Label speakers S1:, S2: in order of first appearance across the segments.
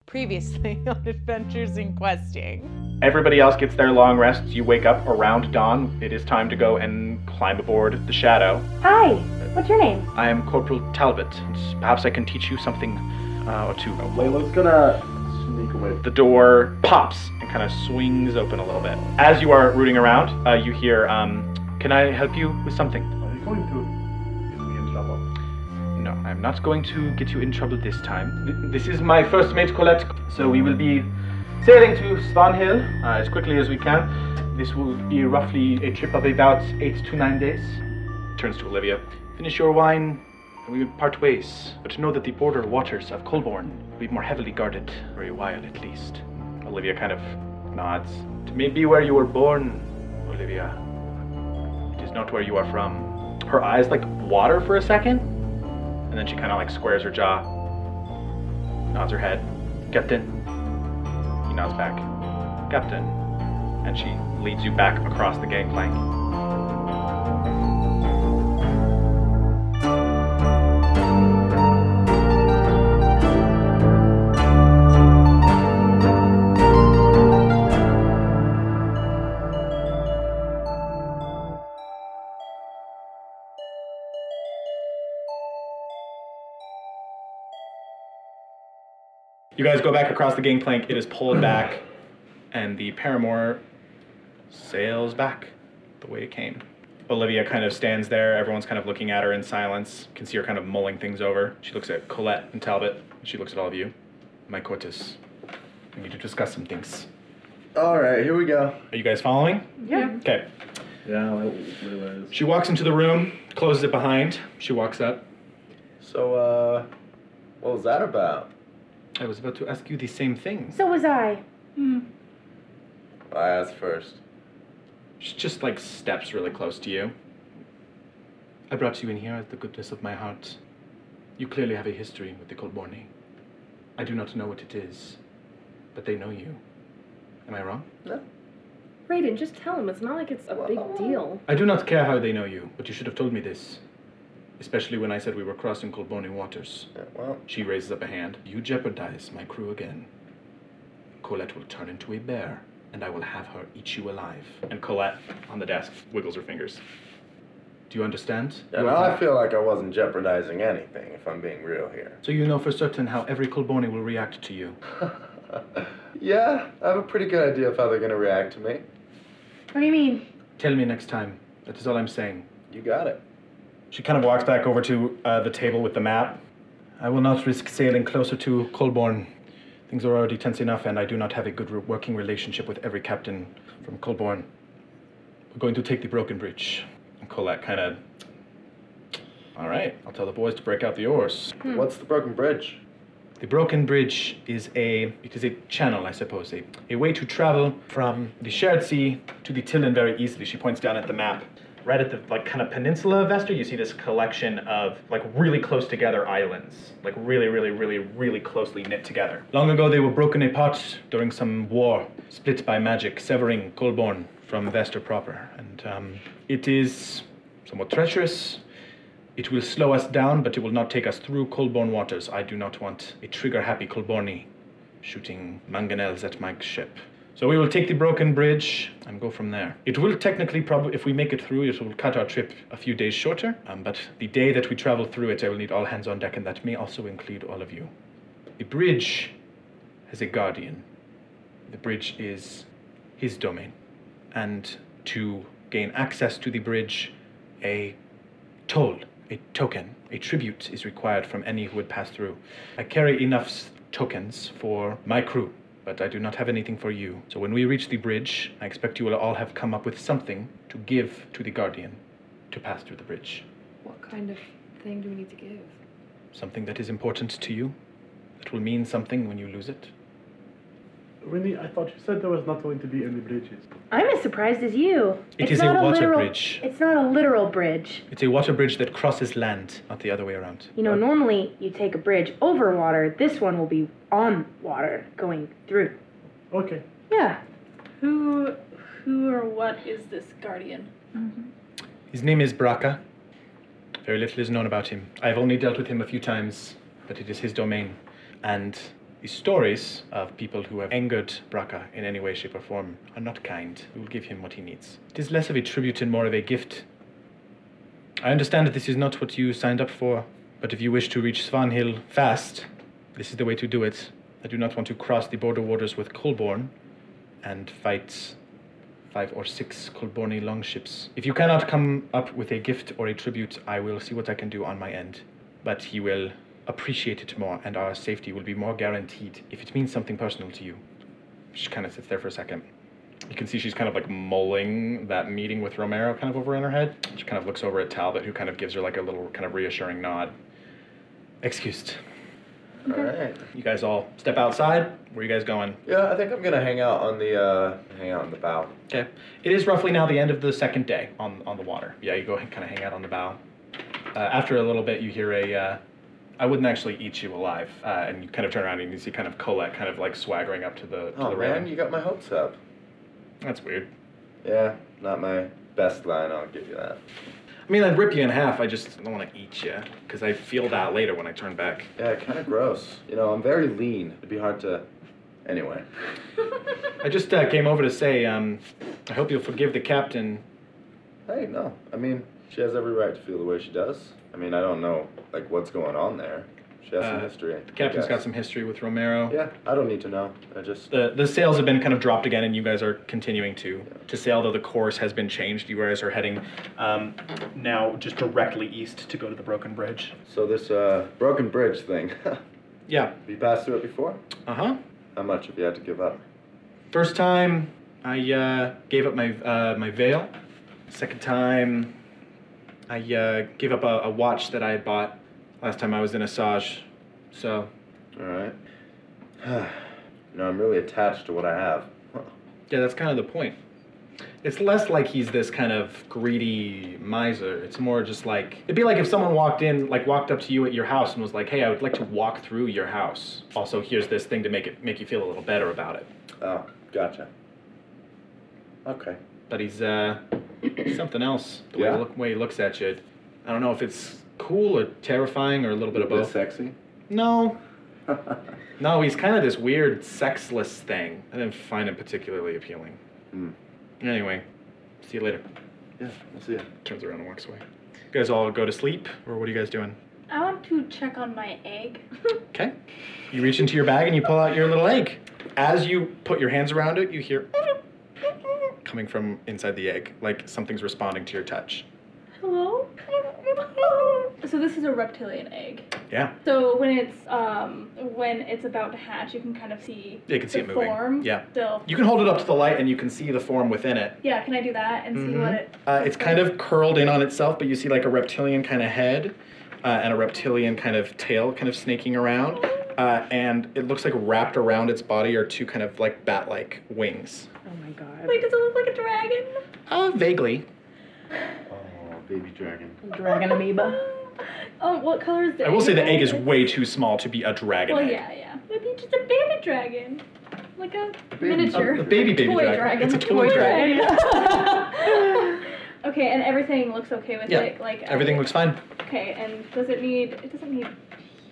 S1: previously on Adventures in Questing.
S2: Everybody else gets their long rests. You wake up around dawn. It is time to go and climb aboard the Shadow.
S3: Hi, what's your name?
S2: I am Corporal Talbot. Perhaps I can teach you something uh, or two.
S4: Layla's gonna sneak away.
S2: The door pops and kind of swings open a little bit. As you are rooting around, uh, you hear, um, Can I help you with something?
S4: Are you going to get me in trouble?
S2: No, I'm not going to get you in trouble this time. Th- This is my first mate, Colette, so we will be sailing to Svanhill uh, as quickly as we can. This will be roughly a trip of about eight to nine days. Turns to Olivia. Finish your wine, and we will part ways. But know that the border waters of Colborne will be more heavily guarded for a while at least. Olivia kind of nods. It may be where you were born, Olivia. It is not where you are from. Her eyes like water for a second, and then she kind of like squares her jaw, nods her head. Captain. He nods back. Captain. And she leads you back across the gangplank. You guys go back across the gangplank. It is pulled back, and the Paramore sails back the way it came. Olivia kind of stands there. Everyone's kind of looking at her in silence. You can see her kind of mulling things over. She looks at Colette and Talbot. She looks at all of you. My Cortis, we need to discuss some things.
S4: All right, here we go.
S2: Are you guys following?
S1: Yeah.
S2: Okay.
S4: Yeah, Layla's.
S2: She walks into the room, closes it behind. She walks up.
S5: So, uh, what was that about?
S2: I was about to ask you the same thing.
S3: So was I.
S5: I asked first.
S2: She just like steps really close to you. I brought you in here at the goodness of my heart. You clearly have a history with the Colborni. I do not know what it is, but they know you. Am I wrong?
S5: No.
S6: Raiden, just tell him. It's not like it's a big deal.
S2: I do not care how they know you, but you should have told me this. Especially when I said we were crossing Colborni waters.
S5: Yeah, well,
S2: She raises up a hand. You jeopardize my crew again. Colette will turn into a bear, and I will have her eat you alive. And Colette, on the desk, wiggles her fingers. Do you understand?
S5: yeah,
S2: You
S5: now
S2: are-
S5: I feel like I wasn't jeopardizing anything, if I'm being real here.
S2: So you know for certain how every Colborni will react to you.
S5: yeah, I have a pretty good idea of how they're gonna react to me.
S3: What do you mean?
S2: Tell me next time. That is all I'm saying.
S5: You got it.
S2: She kind of walks back over to uh, the table with the map. I will not risk sailing closer to Colborne. Things are already tense enough, and I do not have a good re- working relationship with every captain from Colborne. We're going to take the broken bridge. And Colette kind of. All right, I'll tell the boys to break out the oars.
S5: What's the broken bridge?
S2: The broken bridge is a it is a channel, I suppose, a, a way to travel from the shared sea to the Tillen very easily. She points down at the map. Right at the like kind of peninsula of Vester, you see this collection of like really close together islands, like really, really, really, really closely knit together. Long ago, they were broken apart during some war, split by magic, severing Colborne from Vester proper. And um, it is somewhat treacherous, it will slow us down, but it will not take us through Colborne waters. I do not want a trigger happy Colborni shooting mangonels at my ship. So we will take the broken bridge and go from there. It will technically probably, if we make it through, it will cut our trip a few days shorter. Um, but the day that we travel through it, I will need all hands on deck, and that may also include all of you. The bridge has a guardian. The bridge is his domain. And to gain access to the bridge, a toll, a token, a tribute is required from any who would pass through. I carry enough s- tokens for my crew, but I do not have anything for you. So when we reach the bridge, I expect you will all have come up with something to give to the Guardian to pass through the bridge.
S6: What kind of thing do we need to give?
S2: Something that is important to you, that will mean something when you lose it.
S4: Winnie, I thought you said there was not going to be any bridges.
S3: I'm as surprised as you.
S2: It
S3: it's
S2: is a
S3: not
S2: water
S3: literal,
S2: bridge.
S3: It's not a literal bridge.
S2: It's a water bridge that crosses land, not the other way around.
S3: You know, normally you take a bridge over water. This one will be on water going through.
S4: Okay.
S3: Yeah.
S7: Who, who or what is this guardian?
S2: His name is Braca. Very little is known about him. I've only dealt with him a few times, but it is his domain. And The stories of people who have angered Braca in any way, shape, or form are not kind. We will give him what he needs. It is less of a tribute and more of a gift. I understand that this is not what you signed up for, but if you wish to reach Svanhild fast, this is the way to do it. I do not want to cross the border waters with Colborne and fight five or six Colborne longships. If you cannot come up with a gift or a tribute, I will see what I can do on my end. But he will appreciate it more, and our safety will be more guaranteed if it means something personal to you. She kind of sits there for a second. You can see she's kind of like mulling that meeting with Romero kind of over in her head. She kind of looks over at Talbot, who kind of gives her like a little kind of reassuring nod. Excused.
S5: All right.
S2: You guys all step outside. Where you guys going?
S5: Yeah, I think I'm gonna hang out on the uh, hang out on the bow.
S2: Okay. It is roughly now the end of the second day on, on the water. Yeah, you go and kind of hang out on the bow. Uh, after a little bit, you hear a, uh, I wouldn't actually eat you alive. Uh, and you kind of turn around and you see kind of Colette kind of like swaggering up to the, to
S5: Oh
S2: the
S5: man,
S2: railing.
S5: you got my hopes up.
S2: That's weird.
S5: Yeah, not my best line. I'll give you that.
S2: I mean, I'd rip you in half. I just don't want to eat you because I feel that later when I turn back.
S5: Yeah, kind of gross. You know, I'm very lean. It'd be hard to. Anyway.
S2: I just uh, came over to say, um, I hope you'll forgive the captain.
S5: Hey, no. I mean, she has every right to feel the way she does. I mean, I don't know like what's going on there. She has
S2: Uh,
S5: some history.
S2: The captain's
S5: I
S2: got
S5: guess.
S2: some Uh, history with Romero.
S5: Yeah, I don't need to know. I just.
S2: The the sails have been kind of dropped again, and you guys are continuing to to sail, though the course has been changed. You guys are heading um, now just directly east to go to the Broken Bridge.
S5: So this uh, broken bridge thing.
S2: Yeah.
S5: Have you passed through it before?
S2: Uh huh.
S5: How much have you had to give up?
S2: First time, I uh, gave up my uh, my veil. Second time, I uh, gave up a, a watch that I had bought last time I was in Asajj. So
S5: All right. no, I'm really attached to what I have. Huh.
S2: Yeah, that's kind of the point. It's less like he's this kind of greedy miser. It's more just like it'd be like if someone walked in, like walked up to you at your house and was like, "Hey, I would like to walk through your house. Also, here's this thing to make it make you feel a little better about it."
S5: Oh, gotcha. Okay.
S2: But he's uh, something else. The way,
S5: Yeah.
S2: he look, way he looks at you, I don't know if it's cool or terrifying or a little bit of
S5: A bit
S2: both.
S5: sexy. Hmm.
S2: No, no, he's kind of this weird sexless thing. I didn't find him particularly appealing.
S5: Hmm.
S2: Anyway, see you later.
S5: Yeah, I see ya.
S2: turns around and walks away. You guys all go to sleep, or what are you guys doing?
S7: I want to check on my egg.
S3: Oh
S2: Okay. You reach into your bag and you pull out your little egg. As you put your hands around it, you hear coming from inside the egg, like something's responding to your touch.
S7: Hello? So this is a reptilian egg.
S2: Yeah,
S7: So when it's um when it's about to hatch, you can kind of see
S2: you can see
S7: the
S2: it moving.
S7: form.
S2: Yeah.
S7: Still.
S2: You can hold it up to the light and you can see the form within it.
S7: Yeah, can I do that and see what
S2: Mhm.
S7: it
S2: Uh, it's kind of curled in on itself, but you see like a reptilian kind of head uh, and a reptilian kind of tail kind of snaking around. Uh, and it looks like wrapped around its body are two kind of like bat like wings.
S3: Oh my god.
S7: Wait, does it look like a dragon?
S2: Uh, vaguely.
S5: Oh, baby dragon.
S3: Dragon amoeba.
S7: Oh, what color is the
S2: I will say the
S7: though?
S2: egg is way too small to be a dragon
S7: Well,
S2: egg.
S7: yeah, yeah. Maybe just a baby dragon. Like a
S5: Baby-
S7: miniature.
S2: A baby baby
S7: toy
S2: dragon. It's a toy, dragon.
S7: okay, and everything looks okay with
S2: Yeah,
S7: it? Like
S2: Everything looks fine.
S7: Okay, and does it need it doesn't need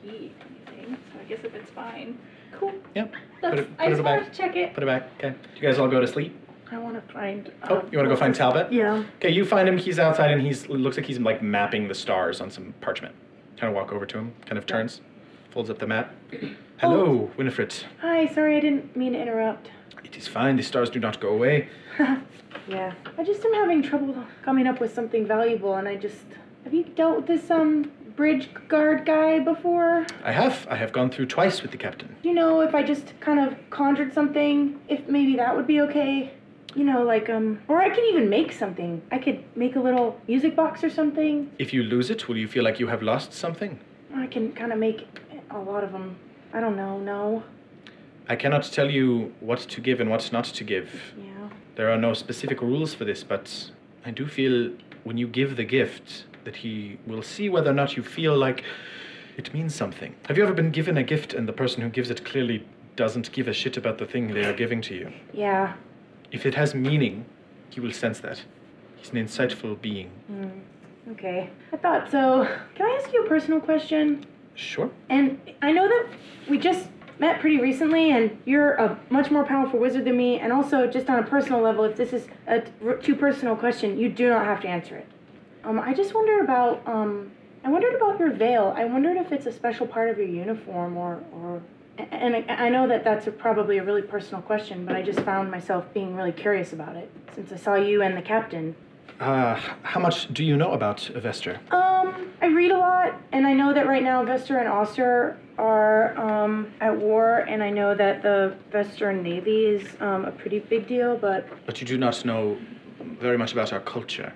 S7: heat or anything, so I guess if it's fine. Cool.
S2: Yep.
S7: That's,
S2: Put it- put
S7: I
S2: it
S7: just
S2: back.
S7: wanted to check it.
S2: Put it back. Okay. You guys all go to sleep.
S3: I want to find.
S2: Oh,
S3: um,
S2: you want to go find Talbot?
S3: Yeah.
S2: Okay, you find him. He's outside and he's looks like he's like mapping the stars on some parchment. Kind of walk over to him. Kind of turns, folds up the map. Hello, Winifred.
S3: Hi. Sorry, I didn't mean to interrupt.
S2: It is fine. The stars do not go away.
S3: Yeah. I just am having trouble coming up with something valuable, and I just have you dealt with this um bridge guard guy before?
S2: I have. I have gone through twice with the captain.
S3: Do you know if I just kind of conjured something, if maybe that would be okay? You know, like um, or I could even make something. I could make a little music box or something.
S2: If you lose it, will you feel like you have lost something?
S3: I can kind of make a lot of them. I don't know. No.
S2: I cannot tell you what to give and what not to give.
S3: Yeah.
S2: There are no specific rules for this, but I do feel when you give the gift that he will see whether or not you feel like it means something. Have you ever been given a gift and the person who gives it clearly doesn't give a shit about the thing they are giving to you?
S3: Yeah.
S2: If it has meaning, he will sense that. He's an insightful being.
S3: Hmm. Okay. I thought so. Can I ask you a personal question?
S2: Sure.
S3: And I know that we just met pretty recently, and you're a much more powerful wizard than me. And also, just on a personal level, if this is a t- r- too personal question, you do not have to answer it. Um, I just wonder about. Um, I wondered about your veil. I wondered if it's a special part of your uniform, or or. a- And I, I know that that's a, probably a really personal question, but I just found myself being really curious about it since I saw you and the captain.
S2: Uh, how much do you know about Vester?
S3: Um, I read a lot, and I know that right now Vester and Auster are um, at war, and I know that the Vestern Navy is um, a pretty big deal, but
S2: But you do not know very much about our culture.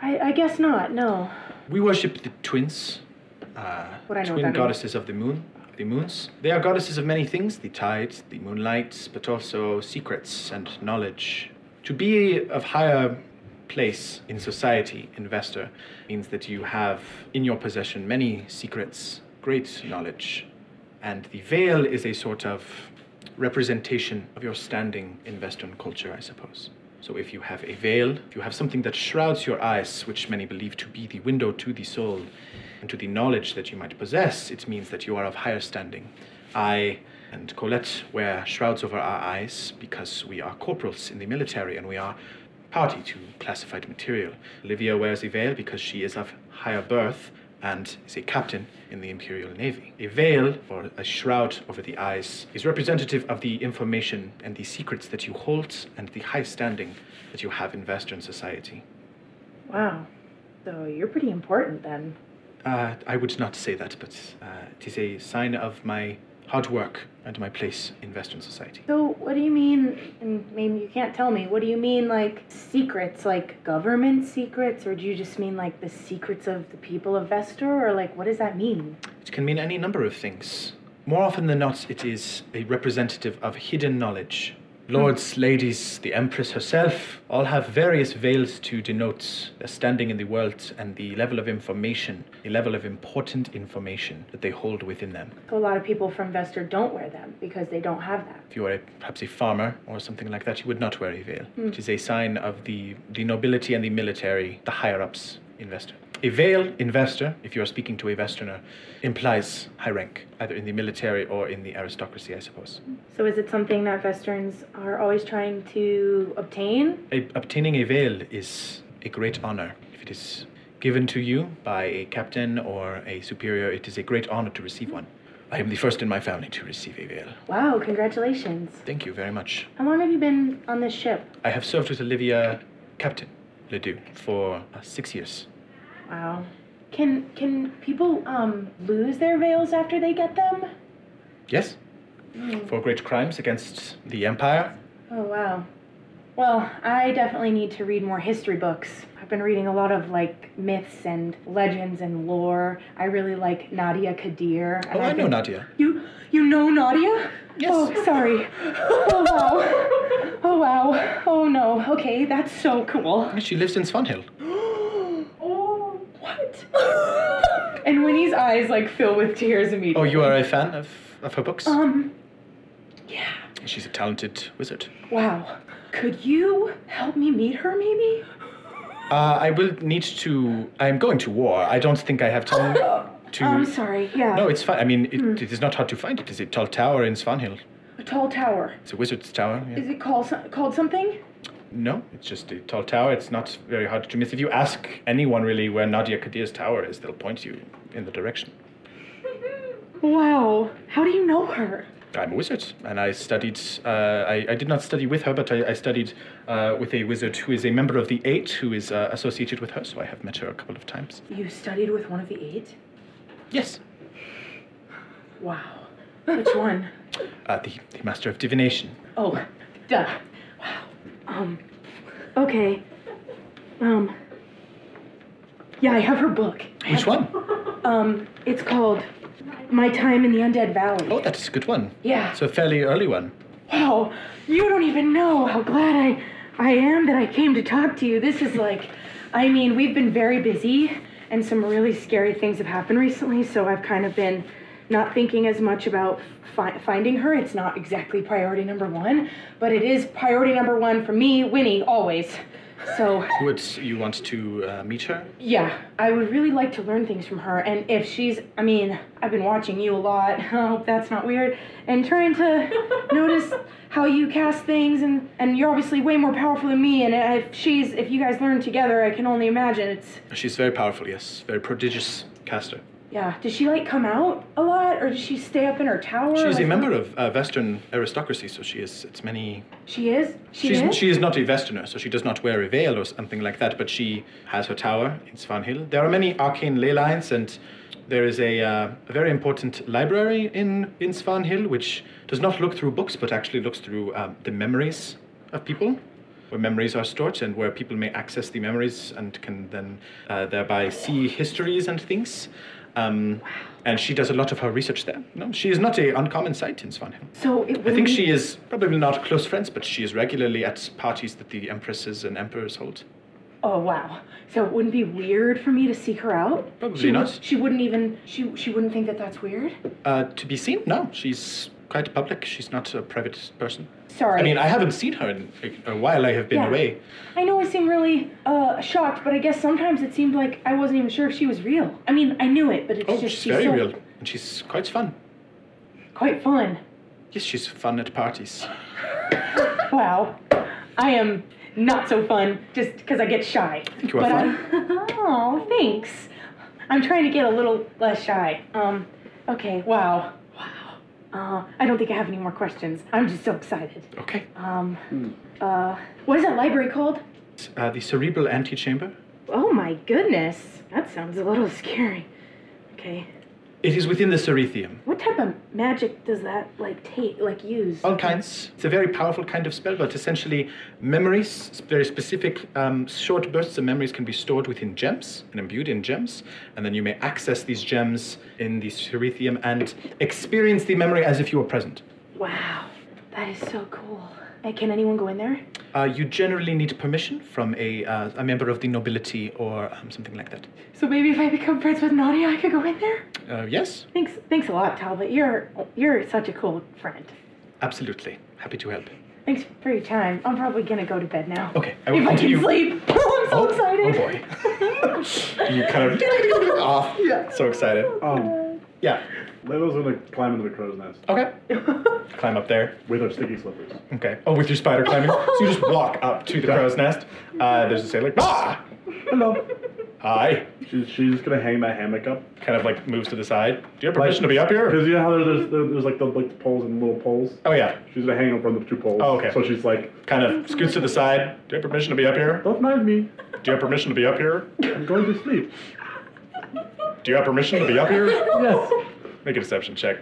S3: I, I guess not. No.
S2: We worship the twins, uh,
S3: What I know what that
S2: twin
S3: means.
S2: goddesses of the moon, the moons. They are goddesses of many things: the tides, the moonlight, but also secrets and knowledge. To be of higher place in society, investor, means that you have in your possession many secrets, great knowledge, and the veil is a sort of representation of your standing in Western culture, I suppose. So if you have a veil, if you have something that shrouds your eyes, which many believe to be the window to the soul and to the knowledge that you might possess, it means that you are of higher standing. I and Colette wear shrouds over our eyes because we are corporals in the military and we are party to classified material. Olivia wears a veil because she is of higher birth and is a captain in the Imperial Navy. A veil, or a shroud over the eyes, is representative of the information and the secrets that you hold and the high standing that you have in Western society.
S1: Wow. So you're pretty important then.
S2: Uh, I would not say that, but uh, it is a sign of my hard work and my place in Western society.
S3: So what do you mean? And maybe you can't tell me. What do you mean, like secrets, like government secrets, or do you just mean like the secrets of the people of Vester, or like what does that mean?
S2: It can mean any number of things. More often than not, it is a representative of hidden knowledge. Lords, ladies, the Empress herself all have various veils to denote their standing in the world and the level of information, the level of important information that they hold within them.
S3: So a lot of people from Vester don't wear them because they don't have that.
S2: If you were a, perhaps a farmer or something like that, you would not wear a veil. It is a sign of the, the nobility and the military, the higher ups investor. A veil investor, if you are speaking to a Westerner, implies high rank, either in the military or in the aristocracy, I suppose.
S3: So is it something that Vesterns are always trying to obtain?
S2: A, obtaining a veil is a great honor. If it is given to you by a captain or a superior, it is a great honor to receive one. I am the first in my family to receive a veil.
S3: Wow, congratulations.
S2: Thank you very much.
S3: How long have you been on this ship?
S2: I have served with Olivia, Captain Ledoux, for uh, six years.
S3: Wow. Can can people um lose their veils after they get them?
S2: Yes?
S3: Hmm.
S2: For great crimes against the Empire.
S3: Oh wow. Well, I definitely need to read more history books. I've been reading a lot of like myths and legends and lore. I really like Nadia Kadir. and
S2: Oh, I
S3: I've
S2: know
S3: been-
S2: Nadia.
S3: You you know Nadia?
S2: Yes.
S3: Oh, sorry. Oh wow. Oh wow. Oh no. Okay, that's so cool.
S2: She lives in Swanhill.
S3: Oh, what? and Winnie's eyes like fill with tears
S2: Oh,
S3: immediately.
S2: you are a fan of, of her books?
S3: Um, yeah.
S2: She's a talented wizard.
S3: Wow. Could you help me meet her, maybe?
S2: Uh, I will need to. I'm going to war. I don't think I have time to.
S3: Oh, I'm sorry. Hmm. Yeah.
S2: No, it's fine. I mean, it, it is not hard to find. It is a tall tower in Swanhill.
S3: a tall tower.
S2: It's a wizard's tower. yeah.
S3: Is it called so- called something?
S2: No, it's just a tall tower. It's not very hard to miss. If you ask anyone really where Nadia Kadir's tower is, they'll point you in the direction.
S3: Wow. How do you know her?
S2: I'm a wizard, and I studied. Uh, I, I did not study with her, but I, I studied uh, with a wizard who is a member of the Eight, who is uh, associated with her. So I have met her a couple of times.
S3: You studied with one of the eight.
S2: Yes,
S3: Wow. Which one?
S2: uh, the, the master of divination.
S3: Oh, duh. Wow. Um. Okay. Um. Yeah, I have her book. I
S2: Which
S3: have-
S2: one?
S3: Um, it's called My Time in the Undead Valley.
S2: Oh, that is a good one.
S3: Yeah.
S2: So a fairly early one.
S3: Wow, you don't even know how glad I, I am that I came to talk to you. This is like, I mean, we've been very busy, and some really scary things have happened recently. So I've kind of been not thinking as much about fi- finding her. It's not exactly priority number one, but it is priority number one for me, Winnie, always. So,
S2: Would you want to uh, meet her?
S3: yeah, I would really like to learn things from her. And if she's, I mean, I've been watching you a lot. I hope that's not weird. And trying to notice how you cast things, and and you're obviously way more powerful than me. And if she's, if you guys learn together, I can only imagine it's.
S2: She's very powerful, yes. Very prodigious caster.
S3: Yeah. Does she like come out a lot, or does she stay up in her tower?
S2: She is
S3: Like-
S2: a member of uh, Western aristocracy, so she is. It's many.
S3: She is. She
S2: she's,
S3: is.
S2: she is not a Westerner, so she does not wear a veil or something like that. But she has her tower in Svanhill. There are many arcane ley lines, and there is a, uh, a very important library in in Svanhill, which does not look through books, but actually looks through uh, the memories of people. Where memories are stored and where people may access the memories and can then uh, thereby see histories and things. Um, And she does a lot of her research there. No, she is not a uncommon sight in Svanhill.
S3: so it would.
S2: I think
S3: be-
S2: she is probably not close friends, but she is regularly at parties that the empresses and emperors hold.
S3: Oh wow! So it wouldn't be weird for me to seek her out.
S2: Probably
S3: she,
S2: not.
S3: She wouldn't even. She she wouldn't think that that's weird.
S2: Uh, to be seen? No, she's quite public. She's not a private person.
S3: Sorry.
S2: I mean, I haven't seen her in a, a while. I have been
S3: Yeah.
S2: away.
S3: I know I seem really uh, shocked, but I guess sometimes it seemed like I wasn't even sure if she was real. I mean, I knew it, but it's
S2: Oh,
S3: just
S2: she's very
S3: so
S2: real, and she's quite fun.
S3: quite fun.
S2: Yes, she's fun at parties.
S3: Wow, I am not so fun just because I get shy.
S2: think you are
S3: but I'm, oh, thanks. I'm trying to get a little less shy. Um, okay. Wow. Wow. Uh, I don't think I have any more questions. I'm just so excited.
S2: Okay.
S3: Um,
S2: Hmm.
S3: uh, what is that library called?
S2: Uh, the cerebral antechamber.
S3: Oh my goodness, that sounds a little scary. Okay,
S2: It is within the cerethium.
S3: what type of magic does that like take, like use?
S2: All kinds. It's a very powerful kind of spell, but essentially, memories, s- very specific um, short bursts of memories, can be stored within gems and imbued in gems. And then you may access these gems in the cerethium and experience the memory as if you were present.
S3: Wow, that is so cool. Hey, can anyone go in there?
S2: Uh, you generally need permission from a, uh, a member of the nobility or um, something like that.
S3: So maybe if I become friends with Nadia, I could go in there.
S2: Uh, yes,
S3: Thanks, thanks a lot, Talbot. You're you're such a cool friend.
S2: absolutely. Happy to help.
S3: Thanks for your time. I'm probably gonna go to bed now.
S2: Okay, I will
S3: If I
S2: continue.
S3: can sleep. I'm so
S2: Oh,
S3: excited.
S2: oh You kind of off. Yeah. So excited.
S4: Um,
S2: Yeah.
S4: Lalo's gonna climb into the crow's nest
S2: Okay.
S3: Oh.
S2: Climb up there.
S4: with her sticky slippers.
S2: Okay. Oh, with your spider climbing. so you just walk up to the crow's nest. Uh, there's a sailor. Ah!
S4: Hello.
S2: Hi.
S4: She's, she's just gonna hang that hammock up.
S2: Kind of like moves to the side. Do you have permission to be up here?
S4: Because you know how there's, there's, there's like the like poles and little poles?
S2: Oh yeah.
S4: She's gonna hang up on the two poles.
S2: Oh, okay.
S4: So she's like,
S2: Kind of scoots to the side. Do you have permission to be up here?
S4: don't mind me.
S2: Do you have permission to be up here?
S4: I'm going to sleep.
S2: Do you have permission to be up here?
S4: Yes.
S2: Make a deception check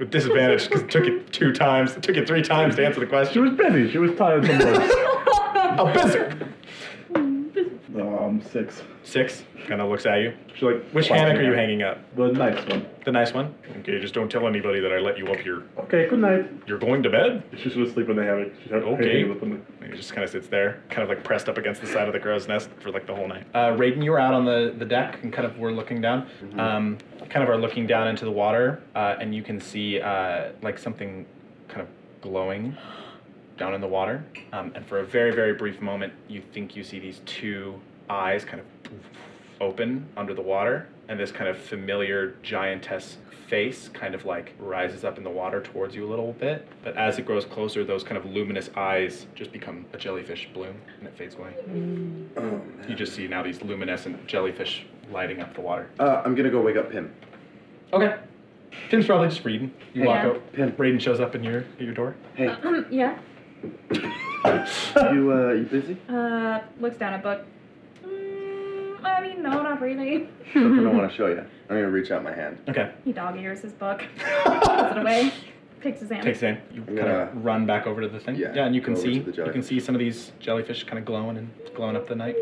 S2: with disadvantage because it took you two times. It took you three times to answer the
S4: She
S2: question.
S4: was busy. She was tired from work.
S2: A bizarre.
S4: um, six.
S2: Six. Kind of looks at you.
S4: She like.
S2: Which
S4: wiped
S2: hammock
S4: me
S2: are you
S4: out.
S2: hanging up?
S4: The nice one.
S2: The nice one. Okay, just don't tell anybody that I let you up here.
S4: Okay. Good night.
S2: You're going to bed.
S4: She should have sleep in the hammock. She should have
S2: Okay.
S4: hanging up on the-
S2: He just kind of sits there, kind of like pressed up against the side of the crow's nest for like the whole night.
S8: Uh, Raiden, you were out on the, the deck and kind of were looking down. Um, kind of are looking down into the water, uh, and you can see uh, like something kind of glowing down in the water. Um, and for a very, very brief moment, you think you see these two eyes kind of open under the water, and this kind of familiar giantess face kind of like rises up in the water towards you a little bit. But as it grows closer, those kind of luminous eyes just become a jellyfish bloom, and it fades away. You just see now these luminescent jellyfish lighting up the water.
S5: Uh, I'm gonna go wake up Pim.
S8: Okay. Tim's probably just reading. You walk
S9: Yeah.
S8: out. Pim. Raiden shows up in your at your door.
S5: Hey,
S9: Um, yeah.
S5: you uh, you busy?
S7: Uh, looks down at Buck. Mm, I mean, no, not really.
S5: Something I want to show you. I'm gonna reach out my hand.
S8: Okay.
S7: He dog ears his Buck, puts it away, picks his hand.
S8: Takes in. You
S5: I'm
S8: kind
S5: gonna-
S8: of run back over to the thing.
S5: Yeah,
S8: Yeah, and you can
S5: go over
S8: see
S5: to the
S8: you can
S5: jellyfish.
S8: see some of these jellyfish kind of glowing and glowing up the night.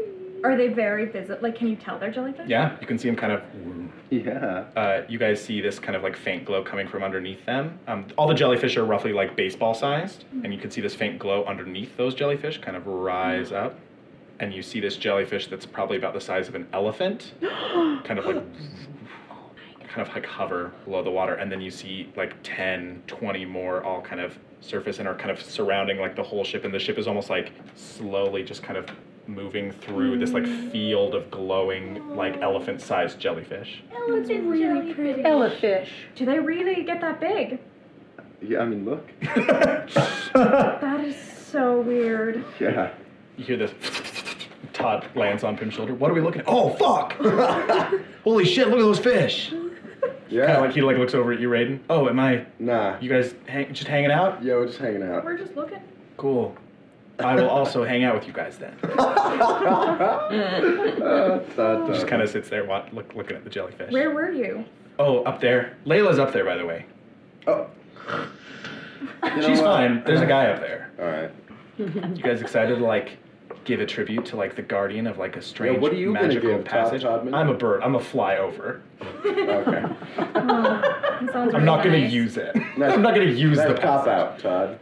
S7: Are they very visible? Like, can you tell they're jellyfish?
S8: Yeah, you can see them kind of.
S5: Yeah.
S8: Uh, you guys see this kind of like faint glow coming from underneath them. Um, all the jellyfish are roughly like baseball sized, and you can see this faint glow underneath those jellyfish kind of rise up, and you see this jellyfish that's probably about the size of an elephant, kind of like kind of like hover below the water and then you see like 10 20 more all kind of surface and are kind of surrounding like the whole ship and the ship is almost like slowly just kind of
S2: moving through this like field of glowing like elephant-sized jellyfish.
S6: It's really pretty.
S3: Elephant.
S6: Do they really get that big?
S5: Yeah, I mean, look.
S6: That is so weird.
S5: Yeah.
S2: You hear this. Todd lands on Pim's shoulder. What are we looking at? Oh fuck! Holy shit! Look at those fish. Kind
S5: Yeah.
S2: of like he like looks over at you, Raiden. Oh, am I?
S5: nah.
S2: You guys hang, just hanging out?
S5: Yeah, we're just hanging out.
S7: We're just looking.
S2: Cool. I will also hang out with you guys
S5: Uh,
S2: then. Just kind of sits there, wa look, looking at the jellyfish.
S6: Where were you?
S2: Oh, up there. Layla's up there, by the way.
S5: Oh.
S2: She's fine. There's a guy up there.
S5: All right.
S2: You guys excited to like give a tribute to like the guardian of like a strange
S5: Yeah, what are you gonna
S2: magical
S5: give, Todd
S2: passage?
S5: Todman?
S2: I'm a bird. I'm a flyover.
S5: Okay.
S6: That sounds
S2: I'm not
S6: really
S2: gonna
S6: nice.
S2: use it. I'm not gonna use
S5: Nice
S2: the
S5: cop
S2: passage.
S5: out, Todd.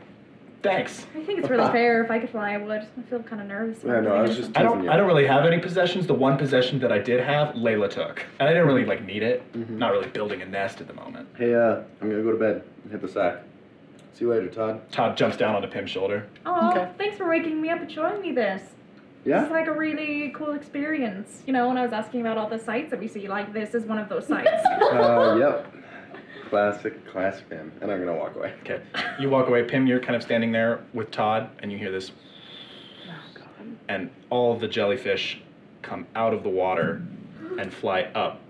S2: Thanks.
S6: I think it's really fair. If I could fly, I would. I feel kind of nervous.
S5: Yeah, no, I was just
S2: I
S5: teasing
S2: don't.
S5: you.
S2: I don't really have any possessions. The one possession that I did have, Layla took, and I didn't really like need it.
S5: Mm-hmm.
S2: Not really building a nest at the moment.
S5: Hey, uh, I'm gonna go to bed and hit the sack. See you later, Todd.
S2: Todd jumps down onto Pim's shoulder.
S6: Oh,
S5: Okay.
S6: thanks for waking me up and showing me this. This is
S5: Yeah?
S6: like a really cool experience. You know, when I was asking about all the sites that we see, like this is one of those sites.
S5: Uh, yep. Classic, classic man. And I'm gonna walk away.
S2: Okay. You walk away. Pim, you're kind of standing there with Todd, and you hear this.
S6: Oh,
S2: And all the jellyfish come out of the water and fly up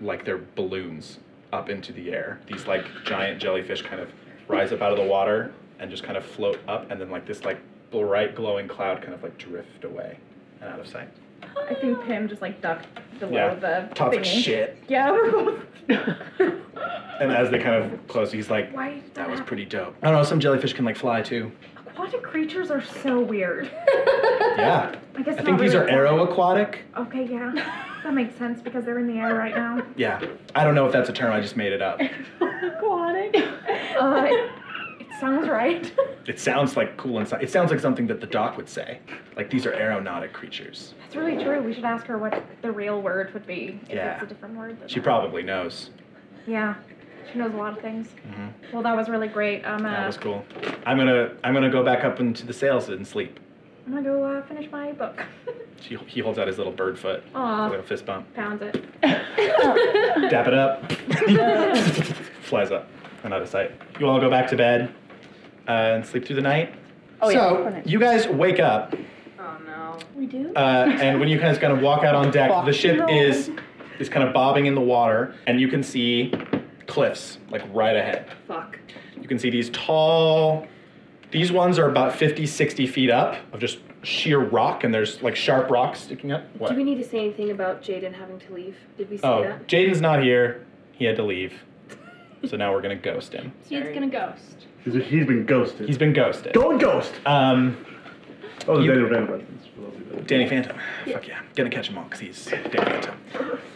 S2: like they're balloons up into the air. These like giant jellyfish kind of rise up out of the water and just kind of float up, and then like this like bright glowing cloud kind of like drift away and out of sight.
S6: I think Pim just like ducked below
S2: Yeah.
S6: the
S2: Todd's like,
S6: thingy.
S2: shit.
S6: Yeah, we're both.
S2: And as they kind of close, he's like,
S6: Why did
S2: that
S6: that
S2: was
S6: happen?
S2: pretty dope. I don't know, some jellyfish can like fly too.
S6: Aquatic creatures are so weird.
S2: Yeah.
S6: I guess
S2: I
S6: not
S2: think these are
S6: really-
S2: aero aquatic.
S6: Okay, yeah, that makes sense because they're in the air right now.
S2: Yeah. I don't know if that's a term, I just made it up.
S6: Aquatic. Uh, it, it sounds right.
S2: It sounds like cool inside. It sounds like something that the doc would say. Like these are aeronautic creatures.
S6: That's really true. We should ask her what the real word would be if
S2: Yeah.
S6: it's a different word. than
S2: She
S6: that.
S2: probably knows.
S6: Yeah, she knows a lot of things. Well, that was really great. I'm, uh,
S2: That was cool. I'm gonna I'm gonna go back up into the sails and sleep.
S6: I'm gonna go uh, finish my book.
S2: She, he holds out his little bird foot.
S6: Aw.
S2: Little fist bump.
S6: Pounds it.
S2: Dap it up. Flies up and out of sight. You all go back to bed uh, and sleep through the night.
S1: Oh, yeah.
S2: so
S1: Okay.
S2: you guys wake up
S10: Oh no.
S3: We do?
S2: Uh, and when you guys kind of walk out on deck, the ship
S1: Fucking
S2: is is kind of bobbing in the water, and you can see cliffs like right ahead.
S10: Fuck.
S2: You can see these tall. These ones are about 50, 60 feet up of just sheer rock, and there's like sharp rocks sticking up. What?
S10: Do we need to say anything about Jaden having to leave? Did we say
S2: oh,
S10: that?
S2: Jaden's not here. He had to leave, so now we're gonna ghost him.
S7: He's gonna ghost.
S4: He's, he's been ghosted.
S2: He's been ghosted.
S4: going ghost.
S2: um,
S4: Oh,
S2: You-
S4: the Danny Rand reference. For those of you that-
S2: Danny Phantom. Fuck yeah, gonna catch him all because he's Danny Phantom.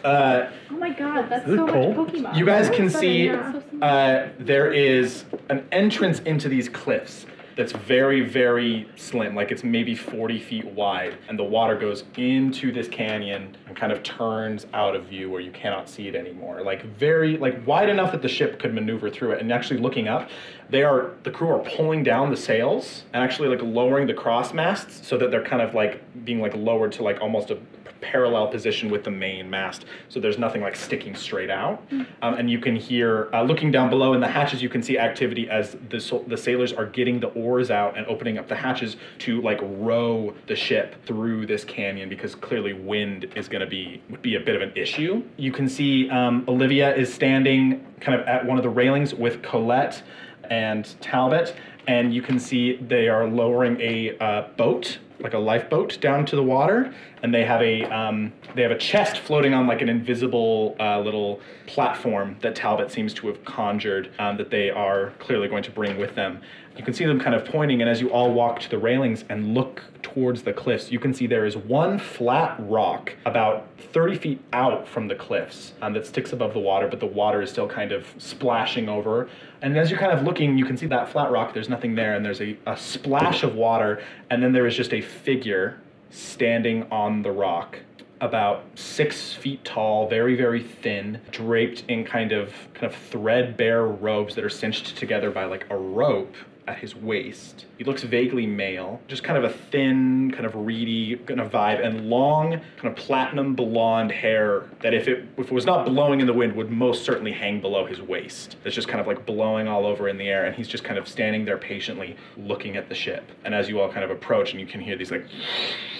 S2: Uh,
S7: Oh my god, that's
S4: Is it
S7: so much
S4: cold?
S7: Pokemon.
S2: You guys can
S6: Southern,
S2: see
S6: yeah.
S2: uh, there is an entrance into these cliffs that's very, very slim. Like it's maybe 40 feet wide, and the water goes into this canyon and kind of turns out of view where you cannot see it anymore. Like very, like wide enough that the ship could maneuver through it. And actually, looking up, they are the crew are pulling down the sails and actually like lowering the cross masts so that they're kind of like being like lowered to like almost a parallel position with the main mast, so there's nothing like sticking straight out. Um, and you can hear, uh, looking down below in the hatches, you can see activity as the so- the sailors are getting the oars out and opening up the hatches to like row the ship through this canyon because clearly wind is going to be would be a bit of an issue. You can see um, Olivia is standing kind of at one of the railings with Colette and Talbot, and you can see they are lowering a uh, boat, like a lifeboat, down to the water, and they have a um, they have a chest floating on like an invisible uh, little platform that Talbot seems to have conjured um, that they are clearly going to bring with them. You can see them kind of pointing, and as you all walk to the railings and look towards the cliffs, you can see there is one flat rock about 30 feet out from the cliffs um, that sticks above the water, but the water is still kind of splashing over. And as you're kind of looking, you can see that flat rock, there's nothing there, and there's a, a splash of water, and then there is just a figure standing on the rock. About six feet tall, very, very thin, draped in kind of kind of threadbare robes that are cinched together by like a rope at his waist. He looks vaguely male, just kind of a thin, kind of reedy kind of vibe, and long, kind of platinum blonde hair that if it if it was not blowing in the wind would most certainly hang below his waist. That's just kind of like blowing all over in the air, and he's just kind of standing there patiently looking at the ship. And as you all kind of approach, and you can hear these like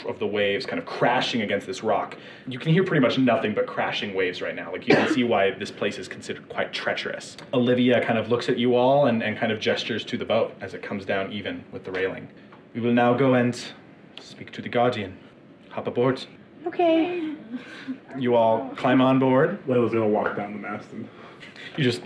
S2: of the waves kind of crashing against this rock. You can hear pretty much nothing but crashing waves right now. Like you can see why this place is considered quite treacherous. Olivia kind of looks at you all and, and kind of gestures to the boat as it comes down even with the railing. We will now go and speak to the Guardian. Hop aboard.
S3: Okay.
S2: You all climb on board.
S4: Layla's gonna walk down the mast and
S2: You just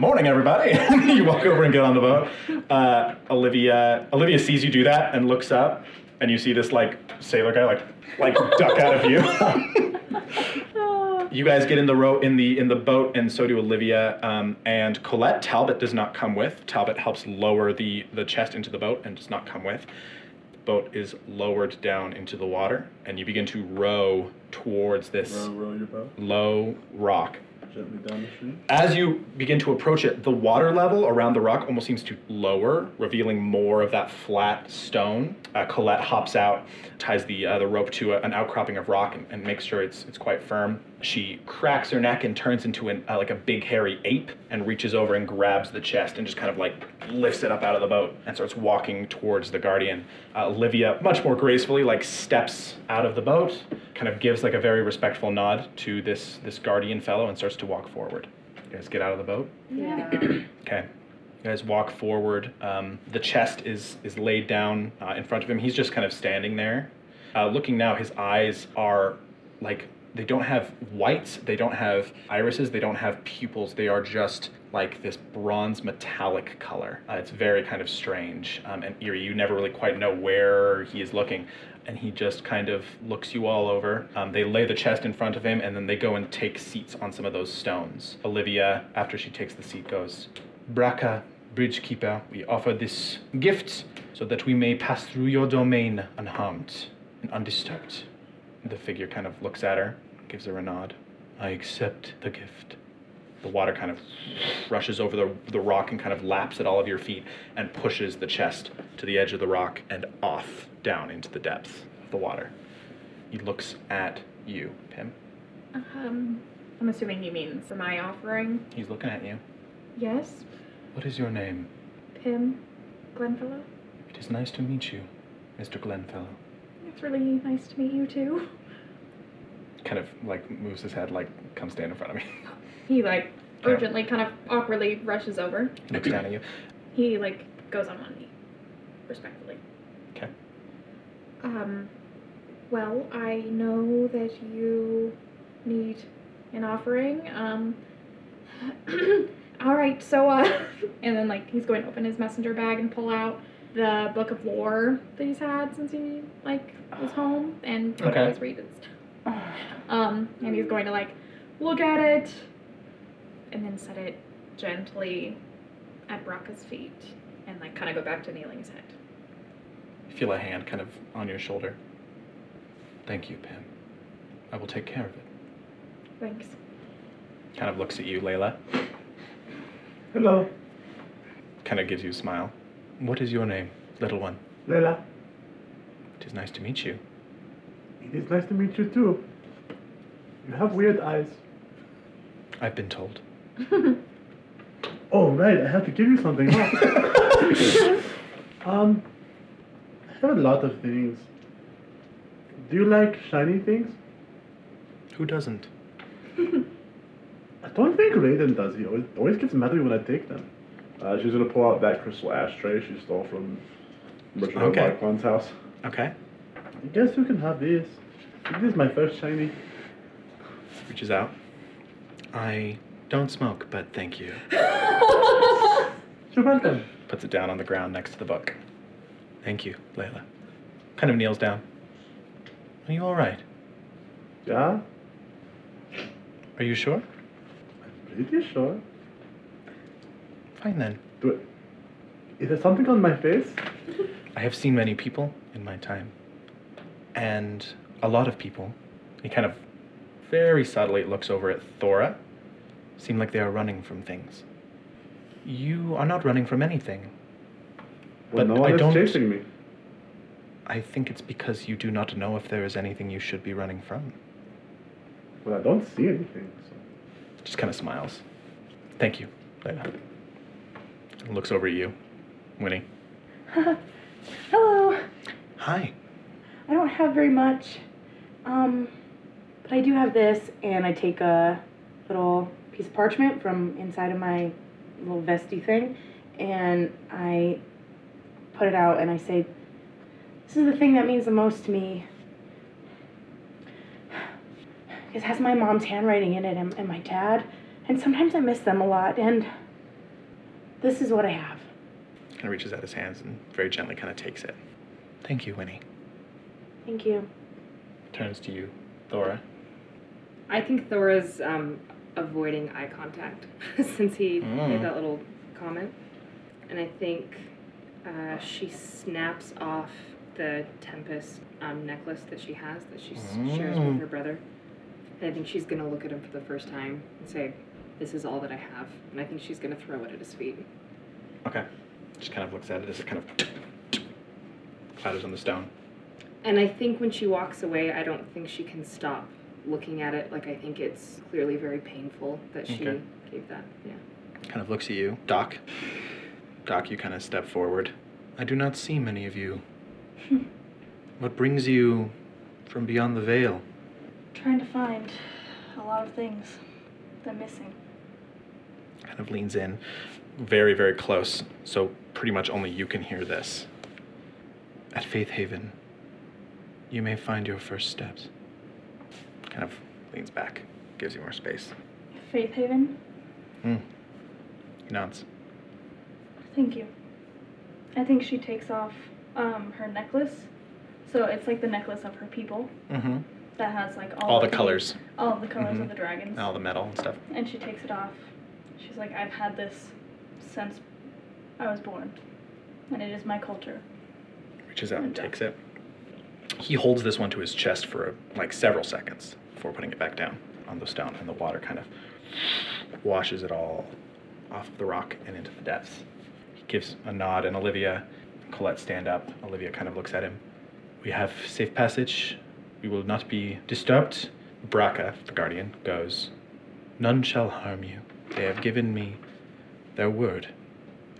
S2: morning everybody you walk over and get on the boat uh, olivia olivia sees you do that and looks up and you see this like sailor guy like like duck out of you you guys get in the row in the in the boat and so do olivia um, and colette talbot does not come with talbot helps lower the the chest into the boat and does not come with boat is lowered down into the water and you begin to row towards this
S4: row, row your boat
S2: low rock
S4: gently down the stream.
S2: as you begin to approach it, the water level around the rock almost seems to lower, revealing more of that flat stone. Uh, Colette hops out, ties the uh, the rope to a, an outcropping of rock, and, and makes sure it's it's quite firm. She cracks her neck and turns into an uh, like a big hairy ape, and reaches over and grabs the chest and just kind of like lifts it up out of the boat and starts walking towards the guardian. Uh, Olivia, much more gracefully, like steps out of the boat, kind of gives like a very respectful nod to this this guardian fellow and starts to walk forward. You guys get out of the boat.
S10: Yeah.
S2: Okay. You guys walk forward. Um, the chest is is laid down uh, in front of him. He's just kind of standing there, uh, looking now. His eyes are like they don't have whites. They don't have irises. They don't have pupils. They are just like this bronze metallic color. Uh, it's very kind of strange um, and eerie. You never really quite know where he is looking. And he just kind of looks you all over. Um, they lay the chest in front of him, and then they go and take seats on some of those stones. Olivia, after she takes the seat, goes, Braca, bridge keeper, we offer this gift so that we may pass through your domain unharmed and undisturbed. The figure kind of looks at her, gives her a nod. I accept the gift. The water kind of rushes over the, the rock and kind of laps at all of your feet and pushes the chest to the edge of the rock and off down into the depths of the water. He looks at you, Pim.
S6: Um, I'm assuming he means my offering.
S2: He's looking at you.
S6: Yes,
S2: What is your name?
S6: Pim, Glenfellow.
S2: It is nice to meet you, Mr. Glenfellow.
S6: It's really nice to meet you too.
S2: Kind of like moves his head, like, come stand in front of me.
S6: He like urgently, kind of awkwardly rushes over.
S2: He looks down at you.
S6: He like goes on one knee, respectfully.
S2: 'Kay.
S6: Um, well, I know that you need an offering. Um, all right, so uh, and then like he's going to open his messenger bag and pull out the book of lore that he's had since he like was home and
S2: Okay.
S6: always read it. Um, and he's going to like look at it and then set it gently at Braka's feet and like kind of go back to kneeling his head.
S2: Feel a hand kind of on your shoulder. Thank you, Pam. I will take care of it.
S6: Thanks.
S2: Kind of looks at you, Layla.
S4: Hello,
S2: Kind of gives you a smile. What is your name, little one?
S4: Layla.
S2: It is nice to meet you.
S4: It is nice to meet you too. You have weird eyes.
S2: I've been told.
S4: Oh right, I have to give you something. huh? um, I have a lot of things. Do you like shiny things?
S2: Who doesn't?
S4: I don't think Raiden does. He always, always gets mad at me when I take them.
S11: Uh, she's gonna pull out that crystal ashtray she stole from Richard
S2: Okay.
S11: okay. Blackman's house.
S2: Okay.
S4: I guess who can have this? This is my first shiny.
S2: Reaches out. I don't smoke, but thank you.
S4: You're welcome.
S2: Puts it down on the ground next to the book. Thank you, Layla. Kind of kneels down. Are you all right?
S4: Yeah,
S2: Are you sure?
S4: pretty sure.
S2: Fine then.
S4: Do it. Is there something on my face?
S2: I have seen many people in my time, and a lot of people. He kind of very subtly looks over at Thora. Seem like they are running from things. You are not running from anything.
S4: Well,
S2: but
S4: no one
S2: I
S4: is
S2: don't.
S4: chasing me.
S2: I think it's because you do not know if there is anything you should be running from.
S4: Well, I don't see anything. So.
S2: Just kind of smiles. Thank you, Leila. And Looks over at you, Winnie.
S12: Hello.
S2: Hi.
S12: I don't have very much, um, but I do have this, and I take a little piece of parchment from inside of my little vesty thing, and I put it out, and I say, "This is the thing that means the most to me." It has my mom's handwriting in it and, and my dad, and sometimes I miss them a lot, and this is what I have.
S2: Kind of reaches out his hands and very gently kind of takes it. Thank you, Winnie.
S12: Thank you.
S2: Turns to you, Thora.
S3: I think Thora's um, avoiding eye contact since he
S2: Mm.
S3: made that little comment. And I think uh, she snaps off the Tempest um, necklace that she has that she s shares with
S2: Mm.
S3: her brother. And I think she's going to look at him for the first time and say, This is all that I have. And I think she's going to throw it at his feet.
S2: Okay. Just kind of looks at it as it kind of clatters on the stone.
S3: And I think when she walks away, I don't think she can stop looking at it. Like, I think it's clearly very painful that she
S2: Okay.
S3: gave that. Yeah.
S2: Kind of looks at you, Doc. Doc, you kind of step forward. I do not see many of you. what brings you from beyond the veil?
S7: Trying to find a lot of things that I'm missing.
S2: Kind of leans in, very, very close, so pretty much only you can hear this. At Faith Haven, you may find your first steps. Kind of leans back, gives you more space.
S7: Faith Haven.
S2: Hmm. He nods.
S7: Thank you. I think she takes off um, her necklace. So it's like the necklace of her people
S2: Mm-hmm.
S7: that has like all,
S2: All the colors.
S7: all of the colors
S2: Mhm.
S7: of the dragons.
S2: All the metal and stuff.
S7: And she takes it off. She's like, I've had this since I was born, and it is my culture.
S2: reaches out and takes it. He holds this one to his chest for like several seconds before putting it back down on the stone, and the water kind of washes it all off of the rock and into the depths. He gives a nod, and Olivia, Colette stand up. Olivia kind of looks at him. We have safe passage. We will not be disturbed. Braca, the guardian, goes. None shall harm you. They have given me their word.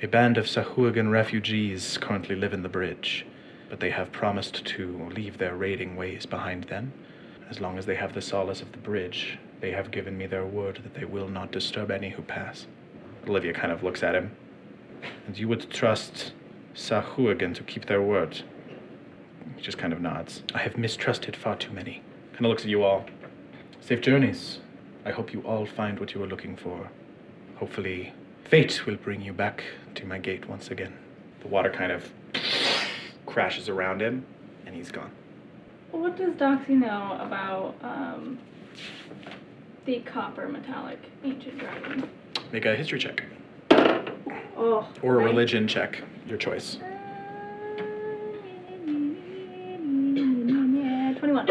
S2: A band of Sahuagin refugees currently live in the bridge, but they have promised to leave their raiding ways behind them. As long as they have the solace of the bridge, they have given me their word that they will not disturb any who pass. Olivia kind of looks at him. And you would trust Sahuagin to keep their word? He just kind of nods. I have mistrusted far too many. Kind of looks at you all. Safe journeys. I hope you all find what you are looking for. Hopefully, fate will bring you back to my gate once again. The water kind of crashes around him, and he's gone.
S7: What does Doxy know about um, the copper metallic ancient dragon?
S2: Make a history check
S7: Oh.
S2: or a religion check, your choice.
S7: Yeah, 21.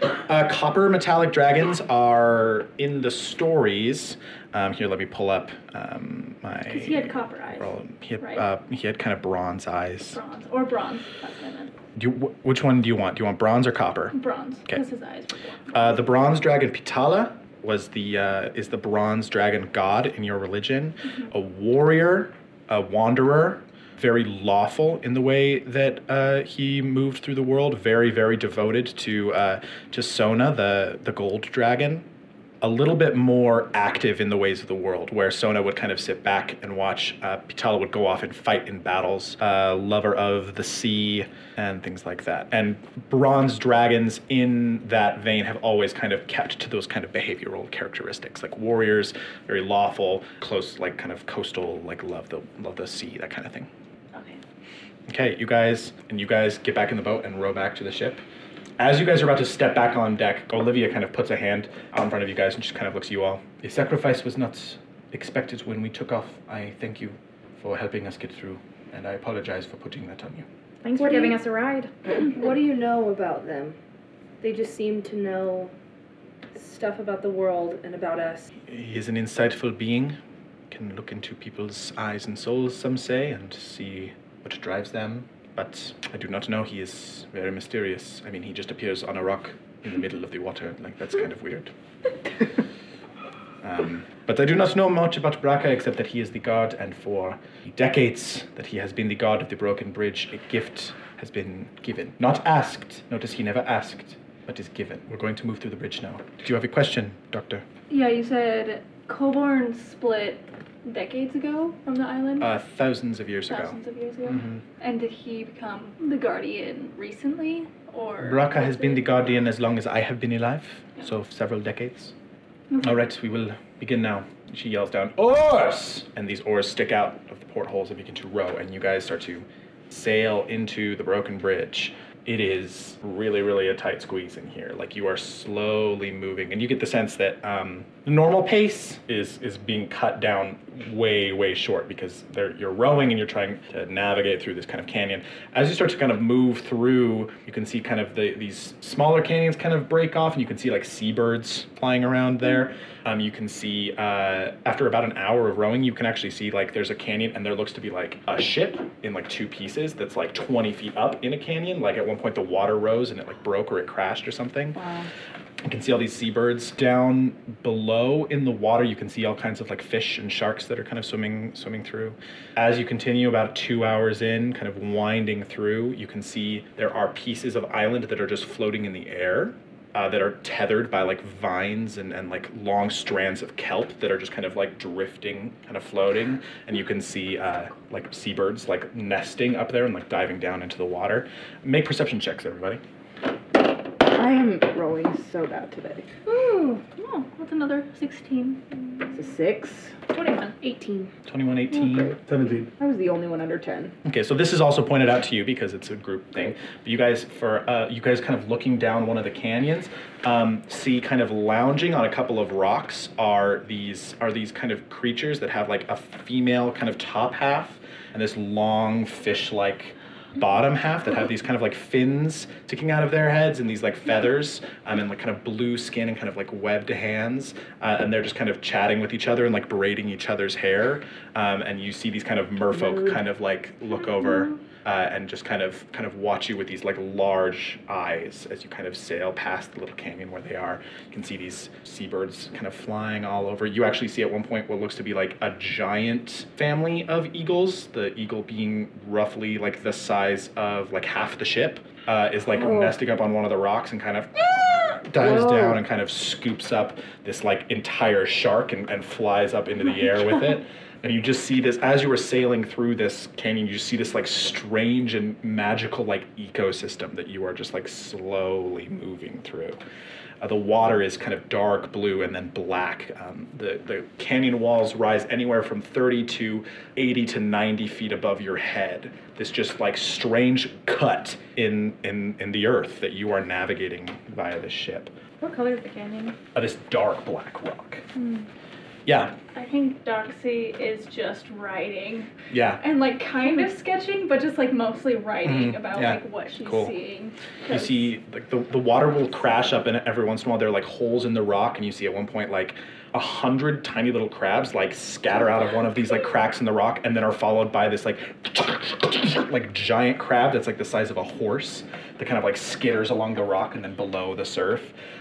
S2: Uh, copper metallic dragons are in the stories. Um, here, let me pull up um, my.
S7: Because he had copper eyes.
S2: roll. He had,
S7: right?
S2: uh, he had kind of bronze eyes.
S7: bronze. Or bronze. That's what I meant.
S2: Do you, wh- which one do you want? Do you want bronze or copper?
S7: Bronze.
S2: 'Kay.
S7: Because his eyes were bronze.
S2: Uh, the bronze dragon Pitala was the uh, is the bronze dragon god in your religion, a warrior, a wanderer, very lawful in the way that uh, he moved through the world. Very very devoted to uh, to Sona, the the gold dragon. A little bit more active in the ways of the world, where Sona would kind of sit back and watch. Uh, Pitala would go off and fight in battles. Uh, lover of the sea and things like that. And bronze dragons in that vein have always kind of kept to those kind of behavioral characteristics, like warriors, very lawful, close, like kind of coastal, like love the love the sea, that kind of thing.
S7: Okay.
S2: Okay, you guys and you guys get back in the boat and row back to the ship. As you guys are about to step back on deck, Olivia kind of puts a hand out in front of you guys and just kind of looks at you all. The sacrifice was not expected when we took off. I thank you for helping us get through, and I apologize for putting that on you.
S6: Thanks
S3: What
S6: for
S3: do
S6: giving
S3: you-
S6: us a ride.
S3: what do you know about them? They just seem to know stuff about the world and about us.
S2: He is an insightful being, can look into people's eyes and souls, some say, and see what drives them, but I do not know. He is very mysterious. I mean, he just appears on a rock in the middle of the water. Like, that's kind of weird. Um, but I do not know much about Braca except that he is the god, and for decades that he has been the god of the Broken Bridge, a gift has been given. Not asked. Notice he never asked, but is given. We're going to move through the bridge now. Do you have a question, Doctor?
S7: Yeah, you said Coburn split decades ago from the island.
S2: Uh, thousands of years ago.
S7: Thousands of years ago.
S2: Mhm.
S7: And did he become the guardian recently, or?
S2: Braca has been the guardian as long as I have been alive, so several decades.
S7: Okay.
S2: All right, we will begin now. She yells down, oars! And these oars stick out of the portholes and begin to row, and you guys start to sail into the broken bridge. It is really, really a tight squeeze in here. Like you are slowly moving, and you get the sense that um, normal pace is is being cut down way, way short because they're, you're rowing and you're trying to uh, navigate through this kind of canyon. As you start to kind of move through, you can see kind of the, these smaller canyons kind of break off, and you can see like seabirds flying around there. Um, you can see uh, after about an hour of rowing, you can actually see like there's a canyon, and there looks to be like a ship in like two pieces that's like 20 feet up in a canyon. Like at one point, the water rose and it like broke or it crashed or something. You can see all these seabirds down below in the water. You can see all kinds of like fish and sharks that are kind of swimming swimming through. As you continue about two hours in, kind of winding through, you can see there are pieces of island that are just floating in the air. Uh, that are tethered by like vines and, and like long strands of kelp that are just kind of like drifting, kind of floating. And you can see uh, like seabirds like nesting up there and like diving down into the water. Make perception checks, everybody.
S3: I am rolling so bad today.
S7: Ooh, oh, that's another sixteen.
S3: It's a six.
S7: 21. 18.
S2: 21, 18.
S4: 17.
S3: I was the only one under ten.
S2: Okay, so this is also pointed out to you because it's a group thing. But you guys, for uh, you guys, kind of looking down one of the canyons, um, see kind of lounging on a couple of rocks are these are these kind of creatures that have like a female kind of top half and this long fish-like bottom half that have these kind of like fins sticking out of their heads and these like feathers um, and like kind of blue skin and kind of like webbed hands uh, and they're just kind of chatting with each other and like braiding each other's hair um, and you see these kind of merfolk kind of like look over uh, and just kind of kind of watch you with these like large eyes as you kind of sail past the little canyon where they are you can see these seabirds kind of flying all over you actually see at one point what looks to be like a giant family of eagles the eagle being roughly like the size of like half the ship uh, is like
S13: Oh. Ah!
S2: nesting up on one of the rocks and kind of dives
S13: Whoa.
S2: down and kind of scoops up this like entire shark and, and flies up into the air with it. And you just see this as you were sailing through this canyon, you see this like strange and magical like ecosystem that you are just like slowly moving through. Uh, the water is kind of dark blue and then black. Um, the, the canyon walls rise anywhere from 30 to 80 to 90 feet above your head. This just like strange cut in, in, in the earth that you are navigating via the ship.
S7: What color is the canyon?
S2: Uh, this dark black rock. Yeah,
S7: I think Doxy is just writing
S2: yeah.
S7: and like kind of sketching, but just like mostly writing
S2: Mhm,
S7: about
S2: yeah,
S7: like what she's
S2: cool.
S7: seeing.
S2: You see, like the, the water will crash up, and every once in a while there are like holes in the rock, and you see at one point like a hundred tiny little crabs like scatter out of one of these like cracks in the rock, and then are followed by this like like giant crab that's like the size of a horse that kind of like skitters along the rock and then below the surf.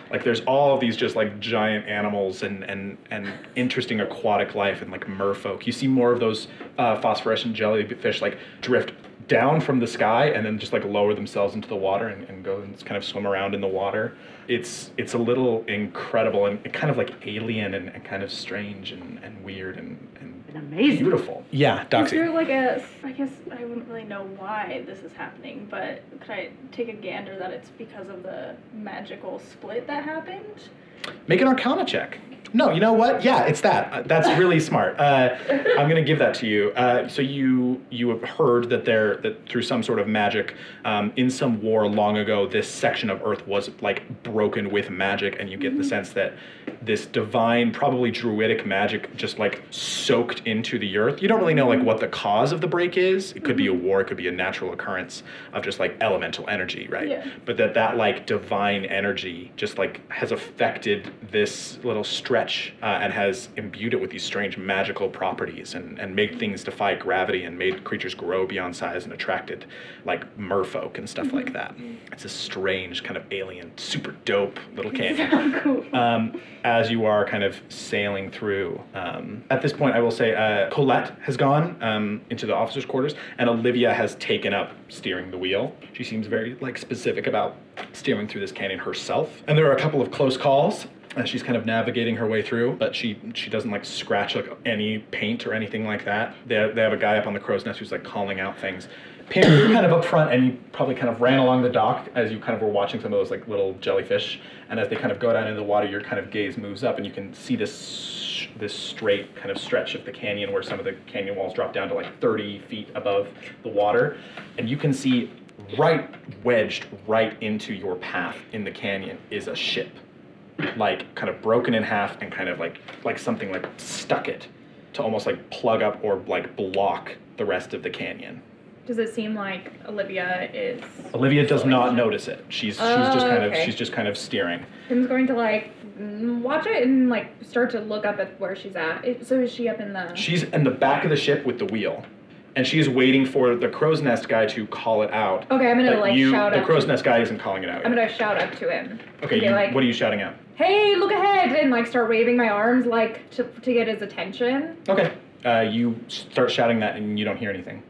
S2: Like there's all of these just like giant animals and and and interesting aquatic life and like merfolk. You see more of those uh, phosphorescent jellyfish like drift down from the sky and then just like lower themselves into the water and, and go and kind of swim around in the water. It's it's a little incredible and kind of like alien and, and kind of strange and, and weird and, and,
S3: amazing.
S2: beautiful. Yeah,
S7: Is
S2: Doxy.
S7: there like a? I guess I wouldn't really know why this is happening, but could I take a gander that it's because of the magical split that happened?
S2: Make an Arcana check. No, you know what? Yeah, it's that. Uh, That's really smart. Uh, I'm gonna give that to you. Uh, so you you have heard that there that through some sort of magic, um, in some war long ago, this section of Earth was like broken with magic, and you get the sense that this divine, probably druidic magic, just like soaked into the Earth. You don't really know like what the cause of the break is. It could be a war. It could be a natural occurrence of just like elemental energy, right?
S13: Yeah.
S2: but that that like divine energy just like has affected this little strap stretch uh, and has imbued it with these strange magical properties and, and made things defy gravity and made creatures grow beyond size and attracted like merfolk and stuff like that. It's a strange kind of alien, super dope little canyon. um, as you are kind of sailing through. Um, at this point, I will say uh, Colette has gone um, into the officers' quarters, and Olivia has taken up steering the wheel. She seems very like specific about steering through this canyon herself. And there are a couple of close calls. As she's kind of navigating her way through, but she she doesn't like scratch like any paint or anything like that. They, they have a guy up on the crow's nest who's like calling out things. Pam, you're kind of up front, and you probably kind of ran along the dock as you kind of were watching some of those like little jellyfish. And as they kind of go down into the water, your kind of gaze moves up, and you can see this this straight kind of stretch of the canyon where some of the canyon walls drop down to like 30 feet above the water, and you can see right wedged right into your path in the canyon is a ship, like kind of broken in half and kind of like like something like stuck it to almost like plug up or like block the rest of the canyon.
S7: Does it seem like Olivia is?
S2: Olivia does not notice it. She's she's just
S7: Oh,
S2: kind of
S7: okay.
S2: she's just kind of steering.
S7: Kim's going to like mm, watch it and like start to look up at where she's at. It- so is she up in the?
S2: She's in the back of the ship with the wheel, and she's waiting for the crow's nest guy to call it out.
S7: Okay, Oh, I'm gonna,
S2: But
S7: like,
S2: you,
S7: shout
S2: The
S7: up
S2: crow's
S7: to-
S2: nest guy isn't calling it out.
S7: I'm
S2: yet.
S7: gonna shout up to him.
S2: okay,
S7: and be
S2: you,
S7: like,
S2: what are you shouting out?
S7: hey, look ahead, and like start waving my arms like to, to get his attention.
S2: Okay, uh, you start shouting that, and you don't hear anything.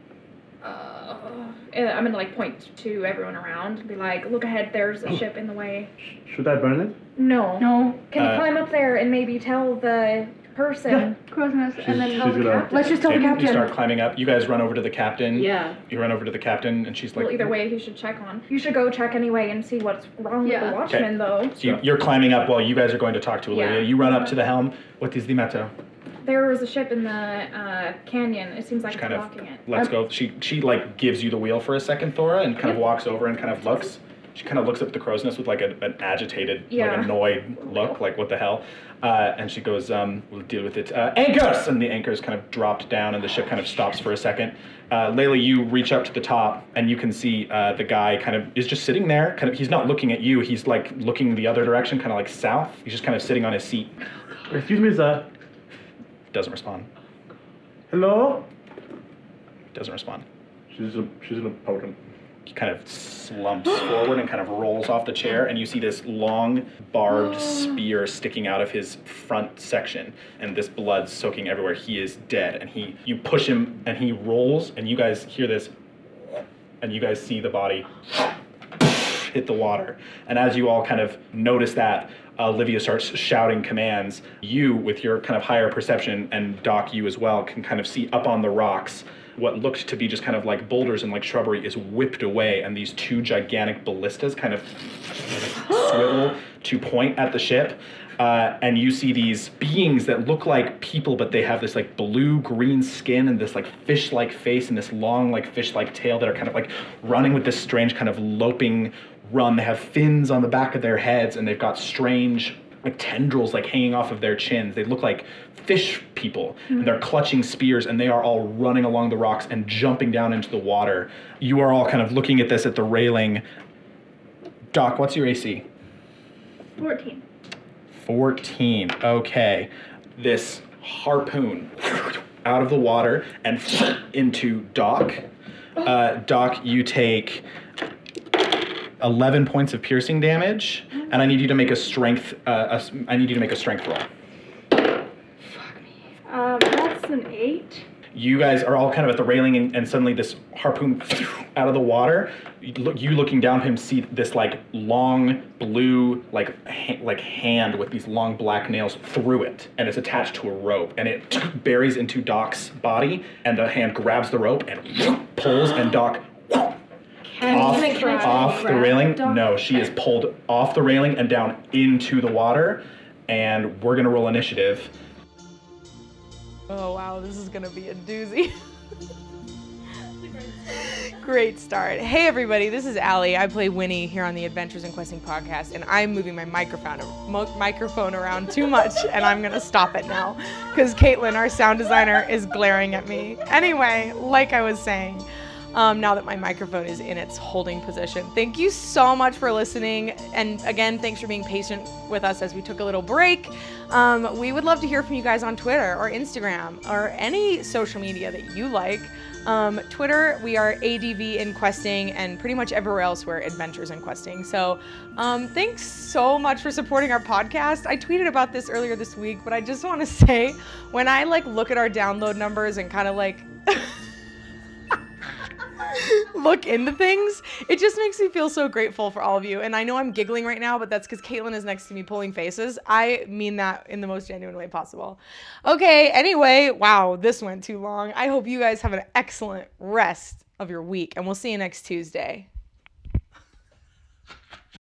S7: Uh, and I'm gonna like point to everyone around and be like, look ahead, there's a ship in the way.
S4: Should I burn it?
S7: No. No. Can you
S4: Uh,
S7: climb up there and maybe tell the person? Crow's nest,
S4: and then She's- tell she's the gonna- captain.
S7: Let's just tell the
S2: You- You
S7: captain.
S2: start climbing up. You guys run over to the captain.
S7: Yeah.
S2: You run over to the captain, and she's like,
S7: well, either way, he should check on. You should go check anyway and see what's wrong with the watchman, though.
S2: So you, you're climbing up while you guys are going to talk to Olivia.
S7: Yeah.
S2: You run up to the helm. What is the matter?
S7: There was a ship in the uh, canyon. It seems like it's
S2: kind of
S7: blocking it.
S2: lets go. She she like gives you the wheel for a second, Thora, and kind of walks over and kind of looks. She kind of looks up at the crow's nest with like a, an agitated, like
S7: Yeah.
S2: annoyed look, like what the hell? Uh, and she goes, um, "We'll deal with it." Uh, anchors, and the anchors kind of dropped down, and the ship kind of stops for a second. Uh, Layla, you reach up to the top, and you can see uh, the guy kind of is just sitting there. Kind of, he's not looking at you. He's like looking the other direction, kind of like south. He's just kind of sitting on his seat.
S4: Excuse me, sir.
S2: Doesn't respond.
S4: Hello?
S2: Doesn't respond.
S14: She's a she's an potent.
S2: He kind of slumps forward and kind of rolls off the chair, and you see this long barbed spear sticking out of his front section, and this blood soaking everywhere. He is dead, and he you push him, and he rolls, and you guys hear this, and you guys see the body hit the water. And as you all kind of notice that, Olivia starts shouting commands. You, with your kind of higher perception, and Doc, you as well, can kind of see up on the rocks what looked to be just kind of like boulders and like shrubbery is whipped away, and these two gigantic ballistas kind of swivel to point at the ship. Uh, and you see these beings that look like people, but they have this like blue green skin and this like fish like face and this long like fish like tail that are kind of like running with this strange kind of loping run. They have fins on the back of their heads and they've got strange like tendrils like hanging off of their chins. They look like fish people and they're clutching spears and they are all running along the rocks and jumping down into the water. You are all kind of looking at this at the railing. Doc, what's your AC?
S7: Fourteen.
S2: 14. Okay. This harpoon out of the water and into Doc. Uh, Doc, you take 11 points of piercing damage, and I need you to make a strength. Uh, a s- I need you to make a strength roll.
S15: Um, that's an eight.
S2: You guys are all kind of at the railing, and, and suddenly this harpoon out of the water. You, look, you looking down, him see this like long blue like ha- like hand with these long black nails through it, and it's attached to a rope, and it buries into Doc's body, and the hand grabs the rope and pulls, and Doc off, off the railing. No, she is pulled off the railing and down into the water, and we're gonna roll initiative.
S16: Oh wow, this is gonna be a doozy. Great start. Hey everybody, this is Allie. I play Winnie here on the Adventures in Questing podcast, and I'm moving my microphone mo- microphone around too much, and I'm gonna stop it now because Caitlin, our sound designer, is glaring at me. Anyway, like I was saying. Um, now that my microphone is in its holding position, thank you so much for listening. And again, thanks for being patient with us as we took a little break. Um, we would love to hear from you guys on Twitter or Instagram or any social media that you like. Um, Twitter, we are ADV in Questing, and pretty much everywhere else we're Adventures in Questing. So um, thanks so much for supporting our podcast. I tweeted about this earlier this week, but I just want to say when I like look at our download numbers and kind of like look into things. It just makes me feel so grateful for all of you. And I know I'm giggling right now, but that's because Caitlin is next to me pulling faces. I mean that in the most genuine way possible. Okay, anyway, wow, this went too long. I hope you guys have an excellent rest of your week, and we'll see you next Tuesday.